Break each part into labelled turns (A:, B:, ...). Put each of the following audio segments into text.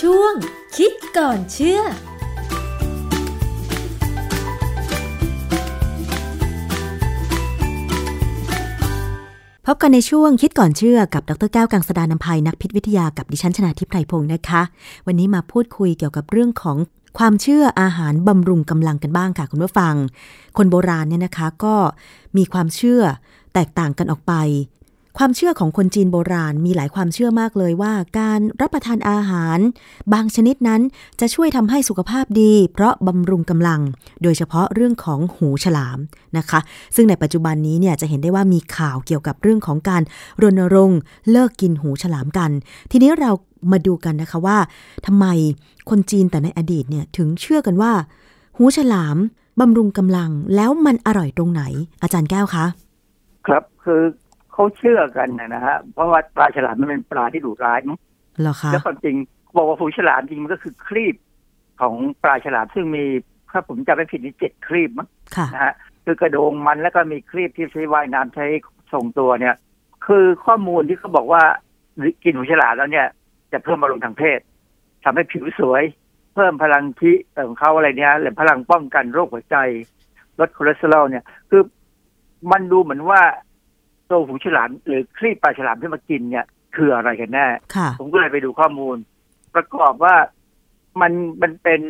A: ช่วง คิดก่อนเชื่อ
B: พบกันในช่วงคิดก่อนเชื่อกับดรแก้วกังสดานนภัยนักพิษวิทยากับดิฉันชนาทิพไพรพงศ์นะคะ วันนี้มาพูดคุยเกี่ยวกับเรื่องของความเชื่ออาหารบำรุงกำลังกันบ้างค่ะคุณผู้ฟัง คนโบราณเนี่ยนะคะก็มีความเชื่อแตกต่างกันออกไป ความเชื่อของคนจีนโบราณมีหลายความเชื่อมากเลยว่า การรับประทานอาหาร บางชนิดนั้นจะช่วยทำให้สุขภาพดี เพราะบำรุงกำลัง โดยเฉพาะเรื่องของหูฉลามนะคะ ซึ่งในปัจจุบันนี้เนี่ยจะเห็นได้ว่ามีข่าวเกี่ยวกับเรื่องของการรณรงค์เลิกกินหูฉลามกัน ทีนี้เรามาดูกันนะคะว่าทำไมคนจีนแต่ในอดีตเนี่ยถึงเชื่อกันว่า หูฉลามบำรุงกำลังแล้วมันอร่อยตรงไหน อาจารย์แก้วคะ
C: ครับคือเขาเชื่อกันนะฮะเพราะว่าปลาฉลามมันเป็นปลาที่ดุร้ายมั้ง
B: เหรอคะ
C: แล้วความจริงบอกว่าฝูงฉลามจริงมันก็คือครีบของปลาฉลามซึ่งมีถ้าผมจำไม่ผิดนี่เจ็ดครีบมั้ง
B: ค่ะ
C: นะฮะคือกระโดงมันแล้วก็มีครีบที่ใช้ว่ายน้ำใช้ส่งตัวเนี่ย คือข้อมูลที่เขาบอกว่ากินหูฉลามแล้วเนี่ย จะเพิ่มอารมณ์ทางเพศทำให้ผิวสวย เพิ่มพลังที่เอ่อของเขาอะไรเนี่ยหรือพลังป้องกันโรคหัวใจลดคอเลสเตอรอลเนี่ย คือมันดูเหมือนว่าตัวหูฉลามหรือครีบปลาฉลามที่มากินเนี่ย คืออะไรกันแน่
B: ค่ะ
C: ผมก็เลยไปดูข้อมูล ประกอบว่ามันมันเป็น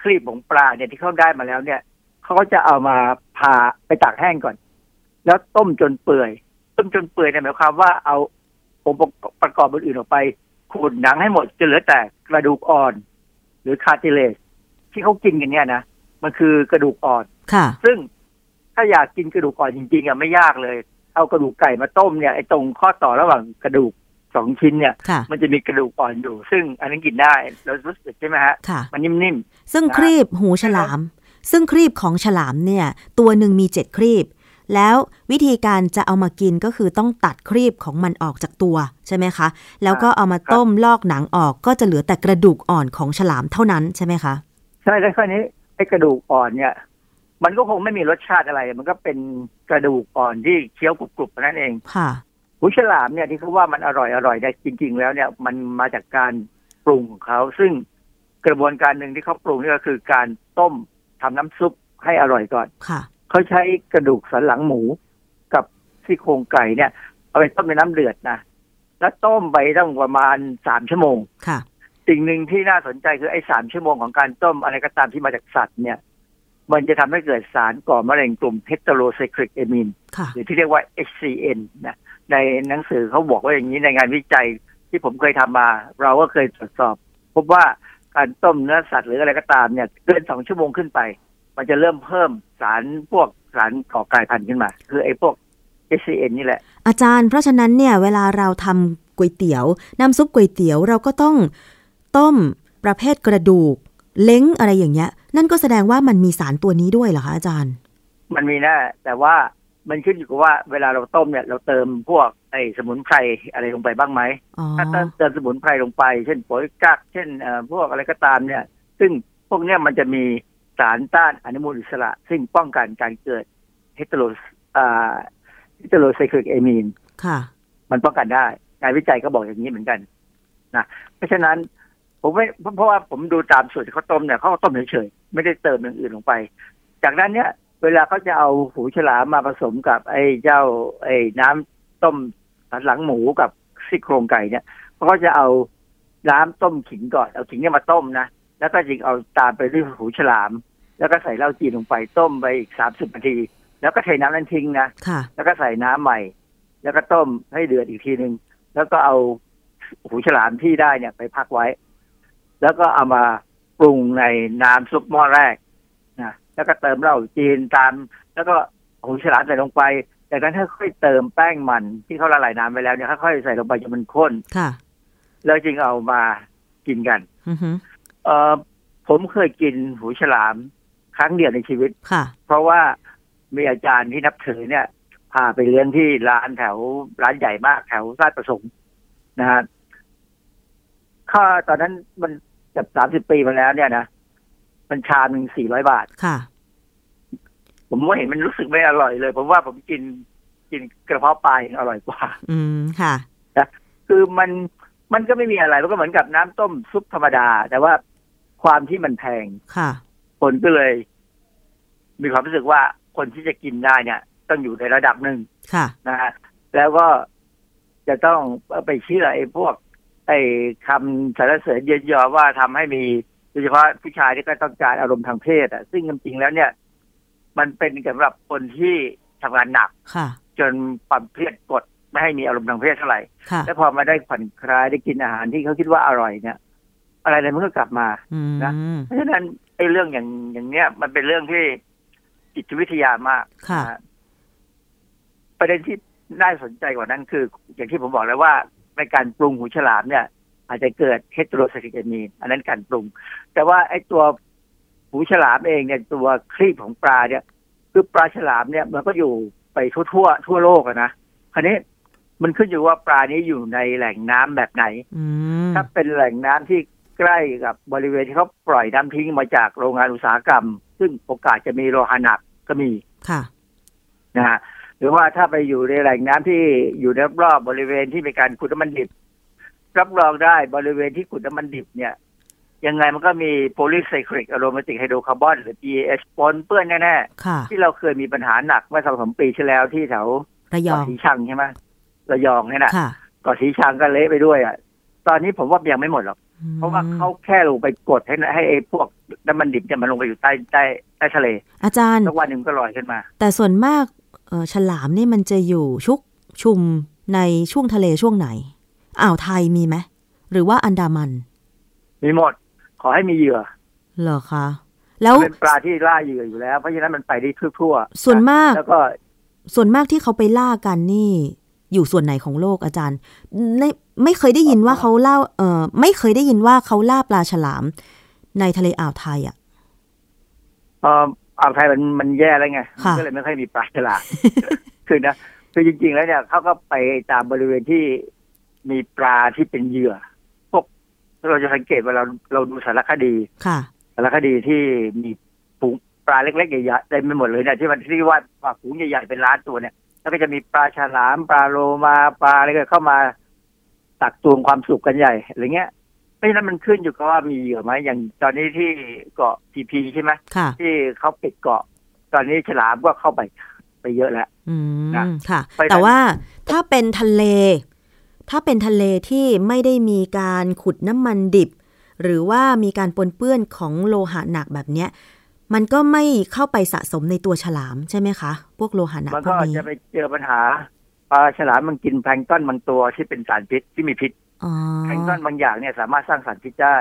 C: ครีบของปลาเนี่ยที่เขาได้มาแล้วเนี่ยเขาก็จะเอามาผ่าไปตากแห้งก่อน แล้วต้มจนเปื่อย ต้มจนเปื่อยเนี่ยหมายความว่าเอาองค์ประกอบอื่นๆออกไปขูดหนังให้หมดจนเหลือแต่กระดูกอ่อน หรือคาติเลสที่เขากินกันเนี่ยนะมันคือกระดูกอ่อน
B: ค่ะ
C: ซึ่งถ้าอยากกินกระดูกอ่อนจริงๆอ่ะไม่ยากเลย เอากระดูกไก่มาต้มเนี่ยไอ้ตรงข้อต่อระหว่างกระดูกสองชิ้นเนี่ย
B: ค่ะ
C: มันจะมีกระดูกอ่อนอยู่ ซึ่งอันนั้นกินได้เรารู้สึกใช่ไหมฮะ
B: ค่ะ
C: มันนิ่ม
B: ซึ่ง
C: นะ
B: ครีบหูฉลาม ซึ่งครีบของฉลามเนี่ย ตัวหนึ่งมีเจ็ดครีบ แล้ววิธีการจะเอามากินก็คือต้องตัดครีบของมันออกจากตัวใช่ไหมคะ แล้วก็เอามาต้มลอกหนังออกก็จะเหลือแต่กระดูกอ่อนของฉลามเท่านั้นใช่ไหมคะ
C: ๆ ใช่แล้วคราวนี้ไอ้กระดูกอ่อนเนี่ย มันก็คงไม่มีรสชาติอะไร มันก็เป็นกระดูกอ่อนที่เคี้ยวกรุบๆเท่านั่นเอง
B: ค่ะ
C: หูฉลามเนี่ยที่เขาว่ามันอร่อยอร่อยเนี่ยจริง ๆ แล้วเนี่ยมันมาจากการปรุงของเขาซึ่งกระบวนการหนึ่งที่เขาปรุงนี่ก็คือการต้มทำน้ำซุปให้อร่อยก่อน
B: ค่ะ
C: เขาใช้กระดูกสันหลังหมูกับซี่โครงไก่เนี่ย เอาไปต้มในน้ำเดือดนะแล้วต้มไปตั้งประมาณสามชั่วโมง
B: ค่ะ
C: สิ่งหนึ่งที่น่าสนใจคือไอ้สามชั่วโมงของการต้มอะไรก็ตามที่มาจากสัตว์เนี่ย มันจะทำให้เกิดสารก่อมะเร็งกลุ่มเฮตโรไซคลิกเอมิน
B: ค่ะ
C: หรือที่เรียกว่า HCN นะ ในหนังสือเขาบอกว่าอย่างนี้ในงานวิจัยที่ผมเคยทำมา เราก็เคยตรวจสอบ พบว่าการต้มเนื้อสัตว์หรืออะไรก็ตามเนี่ยเกินสองชั่วโมงขึ้นไป มันจะเริ่มเพิ่มสารพวกสารก่อกลายพันธุ์ขึ้นมา คือไอ้พวก HCN นี่แหละ
B: อาจารย์เพราะฉะนั้นเนี่ยเวลาเราทำก๋วยเตี๋ยวน้ำซุปก๋วยเตี๋ยวเราก็ต้องต้มประเภทกระดูก เล้งอะไรอย่างเงี้ย นั่นก็แสดงว่ามันมีสารตัวนี้ด้วยเหรอคะอาจารย์
C: มันมีแน่แต่ว่ามันขึ้นอยู่กับว่าเวลาเราต้มเนี่ย เราเติมพวกไอ้สมุนไพรอะไรลงไปบ้างไหม
B: อ๋อ
C: ถ้าเติมเติมสมุนไพรลงไป เช่นปุ๋ยกักเช่นเอ่อพวกอะไรก็ตามเนี่ย ซึ่งพวกเนี้ยมันจะมีสารต้านอนุมูลอิสระ ซึ่งป้องกันการเกิดเฮตโรเฮตโรไซคลิกเอมีน
B: ค่ะ
C: มันป้องกันได้งานวิจัยก็บอกอย่างนี้เหมือนกันนะเพราะฉะนั้นผมไม่เพราะเพราะว่าผมดูตามสูตรที่เขาต้มเนี่ยเขาก็ต้มเฉยๆไม่ได้เติมอย่างอื่นลงไป จากนั้นเนี่ย เวลาเขาจะเอาหูฉลามมาผสมกับ ไอ้เจ้า ไอ้น้ำต้มสันหลังหมูกับซี่โครงไก่เนี่ยเขาก็จะเอาน้ำต้มขิงก่อนเอาขิงเนี่ยมาต้มนะแล้วก็จิงเอาตามไปด้วยหูฉลาม แล้วก็ใส่เหล้าจีนลงไปต้มไปอีกสามสิบนาที แล้วก็เทน้ำนั้นทิ้งนะ
B: ค่ะ
C: แล้วก็ใส่น้ำใหม่ แล้วก็ต้มให้เดือดอีกทีหนึ่ง แล้วก็เอาหูฉลามที่ได้เนี่ยไปพักไว้ แล้วก็เอามาปรุงในน้ำซุปหม้อแรกนะ แล้วก็เติมเหล้าจีนตาม แล้วก็หูฉลามใส่ลงไป จากนั้นค่อยๆเติมแป้งมันที่เขาละลายน้ำไปแล้วเนี่ยค่อยๆใส่ลงไปจนมันข้น
B: ค่ะ
C: แล้วจึงเอามากินกัน
B: อือฮึ
C: เออผมเคยกินหูฉลาม ครั้งเดียวในชีวิต
B: ค่ะ
C: เพราะว่ามีอาจารย์ที่นับถือเนี่ย พาไปเลี้ยงที่ร้านแถวร้านใหญ่มากแถวราชประสงค์นะฮะค่าตอนนั้นมันเกือบสามสิบปีมาแล้วเนี่ยนะ มันชามหนึ่งสี่ร้อยบาท
B: ค่ะ
C: ผมว่าเห็นมันรู้สึกไม่อร่อยเลย ผมว่าผมกินกินกระเพาะปลายังอร่อยกว่า
B: อืม ค่ะ
C: คือมัน มันก็ไม่มีอะไรมันก็เหมือนกับน้ำต้มซุปธรรมดา แต่ว่าความที่มันแพง
B: ค่ะ
C: คนก็เลย มีความรู้สึกว่าคนที่จะกินได้เนี่ย ต้องอยู่ในระดับหนึ่ง
B: ค่ะ
C: นะฮะแล้วก็จะต้องไปเชื่อไอ้พวก ไอ้คำสรรเสริญเยินยอว่าทำให้มีโดยเฉพาะผู้ชายที่ก็ต้องการอารมณ์ทางเพศอะซึ่งจริงๆแล้วเนี่ย มันเป็นสำหรับคนที่ทำงานหนัก
B: ค่ะ
C: จนความเครียดกดไม่ให้มีอารมณ์ทางเพศเท่าไหร่
B: ค่ะ
C: แล้วพอมาได้ผ่อนคลายได้กินอาหารที่เขาคิดว่าอร่อยเนี่ย อะไรอะไรมันก็กลับมา
B: อื
C: นะ
B: ม
C: เพราะฉะนั้นไอ้เรื่องอย่างอย่างเนี้ย มันเป็นเรื่องที่จิตวิทยามาก
B: ค่ะ
C: นะฮะประเด็นที่น่าสนใจกว่านั้นคือ อย่างที่ผมบอกแล้วว่า ในการปรุงหูฉลามเนี่ย อาจจะเกิดเฮตโรไซคลิกมีนอันนั้นการปรุง แต่ว่าไอ้ตัวหูฉลามเองเนี่ยตัวครีบของปลาเนี่ย คือปลาฉลามเนี่ย มันก็อยู่ไปทั่วทั่วๆทั่วโลกอะนะคราวนี้มันขึ้นอยู่ว่าปลานี้อยู่ในแหล่งน้ำแบบไหน
B: อืม
C: ถ้าเป็นแหล่งน้ำที่ใกล้กับบริเวณที่เขาปล่อยน้ำทิ้งมาจากโรงงานอุตสาหกรรม ซึ่งโอกาสจะมีโลหะหนักก็มี
B: ค่ะ
C: นะฮะหรือว่าถ้าไปอยู่ในแหล่งน้ำที่อยู่รอบๆบริเวณที่มีการขุดน้ำมันดิบ รับรองได้บริเวณที่ขุดน้ำมันดิบเนี่ย ยังไงมันก็มีโพลีไซคลิกอะโรมาติกไฮโดรคาร์บอนหรือ PAH ปนเปื้อนแน่
B: ค่ะ
C: ๆ ที่เราเคยมีปัญหาหนักเมื่อสองสามปีที่แล้วที่แถว
B: ระย
C: เกาะ
B: อง
C: สีชังใช่ไหมระยองเนี่ยนะ
B: ค่ะ
C: เกาะสีชังก็เละไปด้วยอ่ะตอนนี้ผมว่ายังไม่หมดหรอก เพราะว่าเขาแค่ลงไปกดให้นะให้ไอ้พวกน้ำมันดิบเนี่ยมันลงไปอยู่ใต้ใต้ใต้ทะเล
B: อาจารย์
C: สักวันหนึ่งก็ลอยขึ้นมา
B: แต่ส่วนมากเอ่อฉลามนี่มันจะอยู่ชุกชุมในช่วงทะเลช่วงไหน อ่าวไทยมีไหม หรือว่าอันดามัน
C: มีหมด ขอให้มีเหยื่อ
B: เหรอคะ แล้ว
C: เป็นปลาที่ล่าเหยื่ออยู่แล้ว เพราะฉะนั้นมันไปได้ทั่วทั่วๆ
B: ส่วนมาก
C: แล้วก็
B: ส่วนมากที่เขาไปล่ากันนี่ อยู่ส่วนไหนของโลกอาจารย์ไม่ไม่เคยได้ยินว่าเขาล่าเออไม่เคยได้ยินว่าเขาล่าปลาฉลาม ในทะเลอ่าวไทยอ่ะ
C: เอ่ออ่าวไทยมันมันแย่แล้วไง
B: ค่ะ
C: มันก็เลยไม่ค่อยมีปลาฉลาด คือนะคือจริง ๆ แล้วเนี่ยเขาก็ไปตามบริเวณที่มีปลาที่เป็นเหยื่อ พวกเราจะสังเกตเวลาเราดูสารคดี
B: ค่ะ
C: สารคดีที่มีฝูงปลาเล็กๆใหญ่ๆเต็มไปหมดเลยเนี่ยที่มันที่ว่าปลาฝูงใหญ่ๆเป็นล้านตัวเนี่ย แล้วก็จะมีปลาฉลามปลาโลมาปลาอะไรก็เข้ามาตักตวงความสุขกันใหญ่อะไรเงี้ยเพราะฉะนั้นมันขึ้นอยู่กับว่ามีเหยื่อไหมอย่างตอนนี้ที่เกาะพีพีใช่ไหม
B: ค่ะ
C: ที่เขาปิดเกาะ ตอนนี้ฉลามก็เข้าไปไปเยอะแล้ว
B: อื
C: นะ
B: ม ค่ะ
C: เพราะฉะนั้น
B: แต่ว่าถ้าเป็นทะเล ถ้าเป็นทะเลที่ไม่ได้มีการขุดน้ำมันดิบ หรือว่ามีการปนเปื้อนของโลหะหนักแบบเนี้ย มันก็ไม่เข้าไปสะสมในตัวฉลามใช่ไหมคะ พวกโลหะหนัก
C: มัน
B: พว
C: ก็
B: กนี้
C: จะไปเจอปัญหาปลาฉลามมันกินแพลงก์ต้อนบางตัวที่เป็นสารพิษที่มีพิษ
B: อ๋อ
C: แพลงก์ต้อนบางอย่างเนี่ยสามารถสร้างสารพิษได้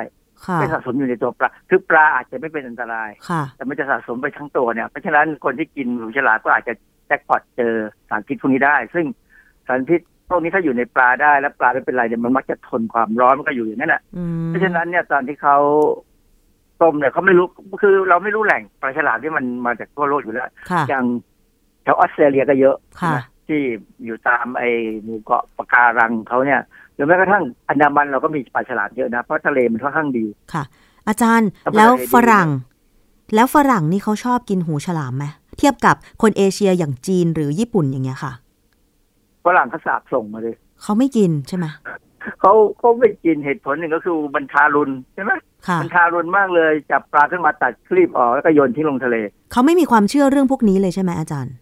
B: ค่ะ
C: ไม่สะสมอยู่ในตัวปลาคือปลาอาจจะไม่เป็นอันตราย
B: ค่ะ
C: แต่มันจะสะสมไปทั้งตัวเนี่ย เพราะฉะนั้นคนที่กินหนูฉลามก็อาจจะแจ็คพอตเจอสารพิษพวกนี้ได้ ซึ่งสารพิษพวกนี้ถ้าอยู่ในปลาได้แล้วปลาไม่เป็นไรเนี่ยมันมักจะทนความร้อนมันก็อยู่อย่างนั้นแหละ
B: อืม
C: เพราะฉะนั้นเนี่ยตอนที่เขาต้มเนี่ยเขาไม่รู้คือเราไม่รู้แหล่งปลาฉลามที่มันมาจากทั่วโลกอยู่แล้ว
B: ค่ะ
C: อย่างแถวออสเตรเลียก็เยอะ
B: ค่ะ
C: นที่อยู่ตามไอ้หมู่เกาะปะการังเขาเนี่ยหรือแม้กระทั่งอันดามันเราก็มีปลาฉลามเยอะนะเพราะทะเลมันค่อนข้างดี
B: ค่ะ อาจารย์
C: ธรรมดา
B: แล้ว
C: ดี
B: ฝรั่ง แล้วฝรั่งนี่เขาชอบกินหูฉลามไหมเทียบกับคนเอเชียอย่างจีนหรือญี่ปุ่นอย่างเงี้ยค่ะ
C: ฝรั่งเขาสาบส่งมาเลย
B: เขาไม่กินใช่ไหม
C: เขาเขาไม่กินเหตุผลหนึ่งก็คือมันทารุณใช่ไหม
B: ค่ะ
C: มันทารุณมากเลยจับปลาขึ้นมาตัดครีบออกแล้วก็โยนทิ้งลงทะเล
B: เขาไม่มีความเชื่อเรื่องพวกนี้เลยใช่ไหมอาจารย์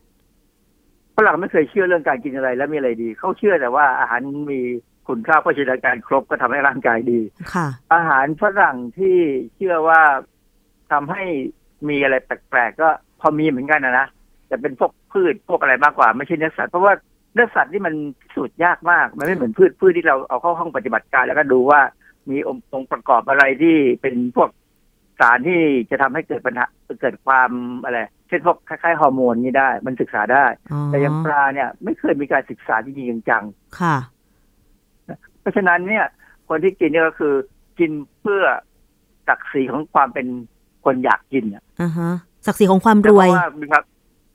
C: ฝรั่งไม่เคยเชื่อเรื่องการกินอะไรแล้วมีอะไรดี เขาเชื่อแต่ว่าอาหารมีคุณค่าโภชนาการครบก็ทำให้ร่างกายดี
B: ค่ะ
C: อาหารฝรั่งที่เชื่อว่าทำให้มีอะไรแปลกๆก็พอมีเหมือนกันนะนะแต่เป็นพวกพืชพวกอะไรมากกว่าไม่ใช่เนื้อสัตว์เพราะว่าเนื้อสัตว์นี่มันพิสูจน์ยากมาก มันไม่เหมือนพืชพืชที่เราเอาเข้าห้องปฏิบัติการ แล้วก็ดูว่ามีองค์องค์ประกอบอะไรที่เป็นพวกสารที่จะทำให้เกิดปัญหาเกิดความอะไรเช่นพวกคล้ายๆฮอร์โมนนี่ได้ มันศึกษาได้
B: อ๋อ
C: แต่อยังปลาเนี่ย ไม่เคยมีการศึกษาจริงๆจังๆ
B: ค่ะ
C: เพราะฉะนั้นเนี่ย คนที่กินเนี่ยก็คือกินเพื่อศักดิ์ศรีของความเป็นคนอยากกินอะ
B: อ่าฮะ ศักดิ์ศรีของความรวย
C: เพาะว่ามีครับ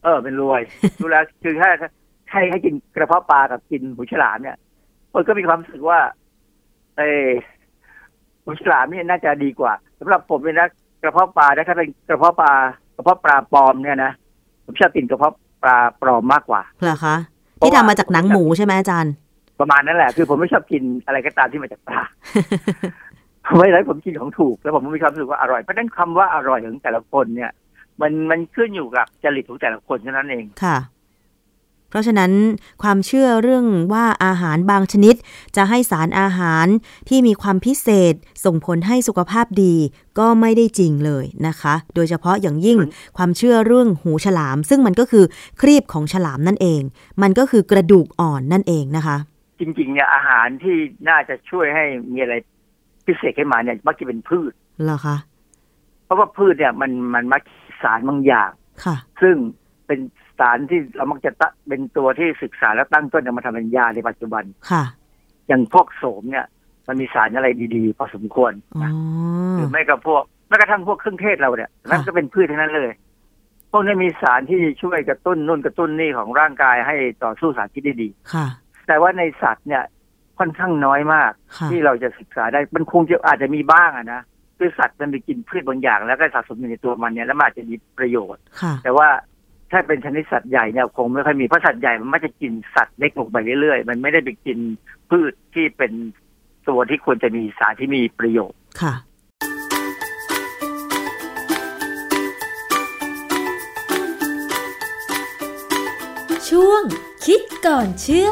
C: เออเป็นร วย ดูแล้วคือถ้าให้ให้กินกระเพาะปลากับกินหูฉลามเนี่ยคนก็มีความรู้สึกว่าเออหูฉลามเนี่ยน่าจะดีกว่าสำหรับผมเนี่ยนะกระเพาะปลานะถ้าเป็นกระเพาะปลากระเพาะปลาปลอมเนี่ยนะผมชอบกินกระเพาะปลาปลอมมากกว่า
B: เหรอคะ
C: เพราะว่า
B: ที่ทำมาจากหนังหมูใช่ไหมอาจารย์
C: ประมาณนั้นแหละ คือผมไม่ชอบกินอะไรก็ตามที่มาจากปลา เพราะฉะนั้นผมกินของถูก แล้วผมมีความรู้สึกว่าอร่อย เพราะฉะนั้นคำว่าอร่อยของแต่ละคนเนี่ย มันมันขึ้นอยู่กับจริตของแต่ละคนเท่านั้นเอง
B: ค่ะ เพราะฉะนั้นความเชื่อเรื่องว่าอาหารบางชนิด จะให้สารอาหารที่มีความพิเศษ ส่งผลให้สุขภาพดี ก็ไม่ได้จริงเลยนะคะ โดยเฉพาะอย่างยิ่งความเชื่อเรื่องหูฉลาม ซึ่งมันก็คือครีบของฉลามนั่นเอง มันก็คือกระดูกอ่อนนั่นเองนะคะ
C: จริง ๆ เนี่ยอาหารที่น่าจะช่วยให้มีอะไรพิเศษขึ้นมาเนี่ยมักจะเป็นพืช
B: เหรอคะ
C: เพราะว่าพืชเนี่ยมันมันมักสารบางอย่าง
B: ค่ะ
C: ซึ่งเป็นสารที่เรามักจะตะเป็นตัวที่ศึกษาและตั้งต้นเอามาทำเป็นยาในปัจจุบัน
B: ค่ะ
C: อย่างพวกโสมเนี่ย มันมีสารอะไรดีๆ พอสมควร
B: อ๋อ
C: นะหรือไม่ก็พวกแม้กระทั่งพวกเครื่องเทศเราเนี่ยนั่นก็เป็นพืชทั้งนั้นเลย พวกนี้มีสารที่ช่วยกระตุ้นนุ่นกระตุ้นนี่ของร่างกายให้ต่อสู้สารพิษได้ดี
B: ค่ะ
C: แต่ว่าในสัตว์เนี่ยค่อนข้างน้อยมาก
B: ค่ะ
C: ที่เราจะศึกษาได้มันคงจะอาจจะมีบ้างอะนะคือสัตว์มันไปกินพืชบางอย่าง แล้วก็สะสมอยู่ในตัวมันเนี่ยแล้วมันอาจจะมีประโยชน์
B: ค่ะ
C: แต่ว่าถ้าเป็นชนิดสัตว์ใหญ่เนี่ยคงไม่ค่อยมีเพราะสัตว์ใหญ่มันมักจะกินสัตว์เล็กลงไปเรื่อยๆ มันไม่ได้ไปกินพืชที่เป็นตัวที่ควรจะมีสารที่มีประโยช
B: ค่ะ
C: น์
A: ช่วงคิดก่อนเชื่อ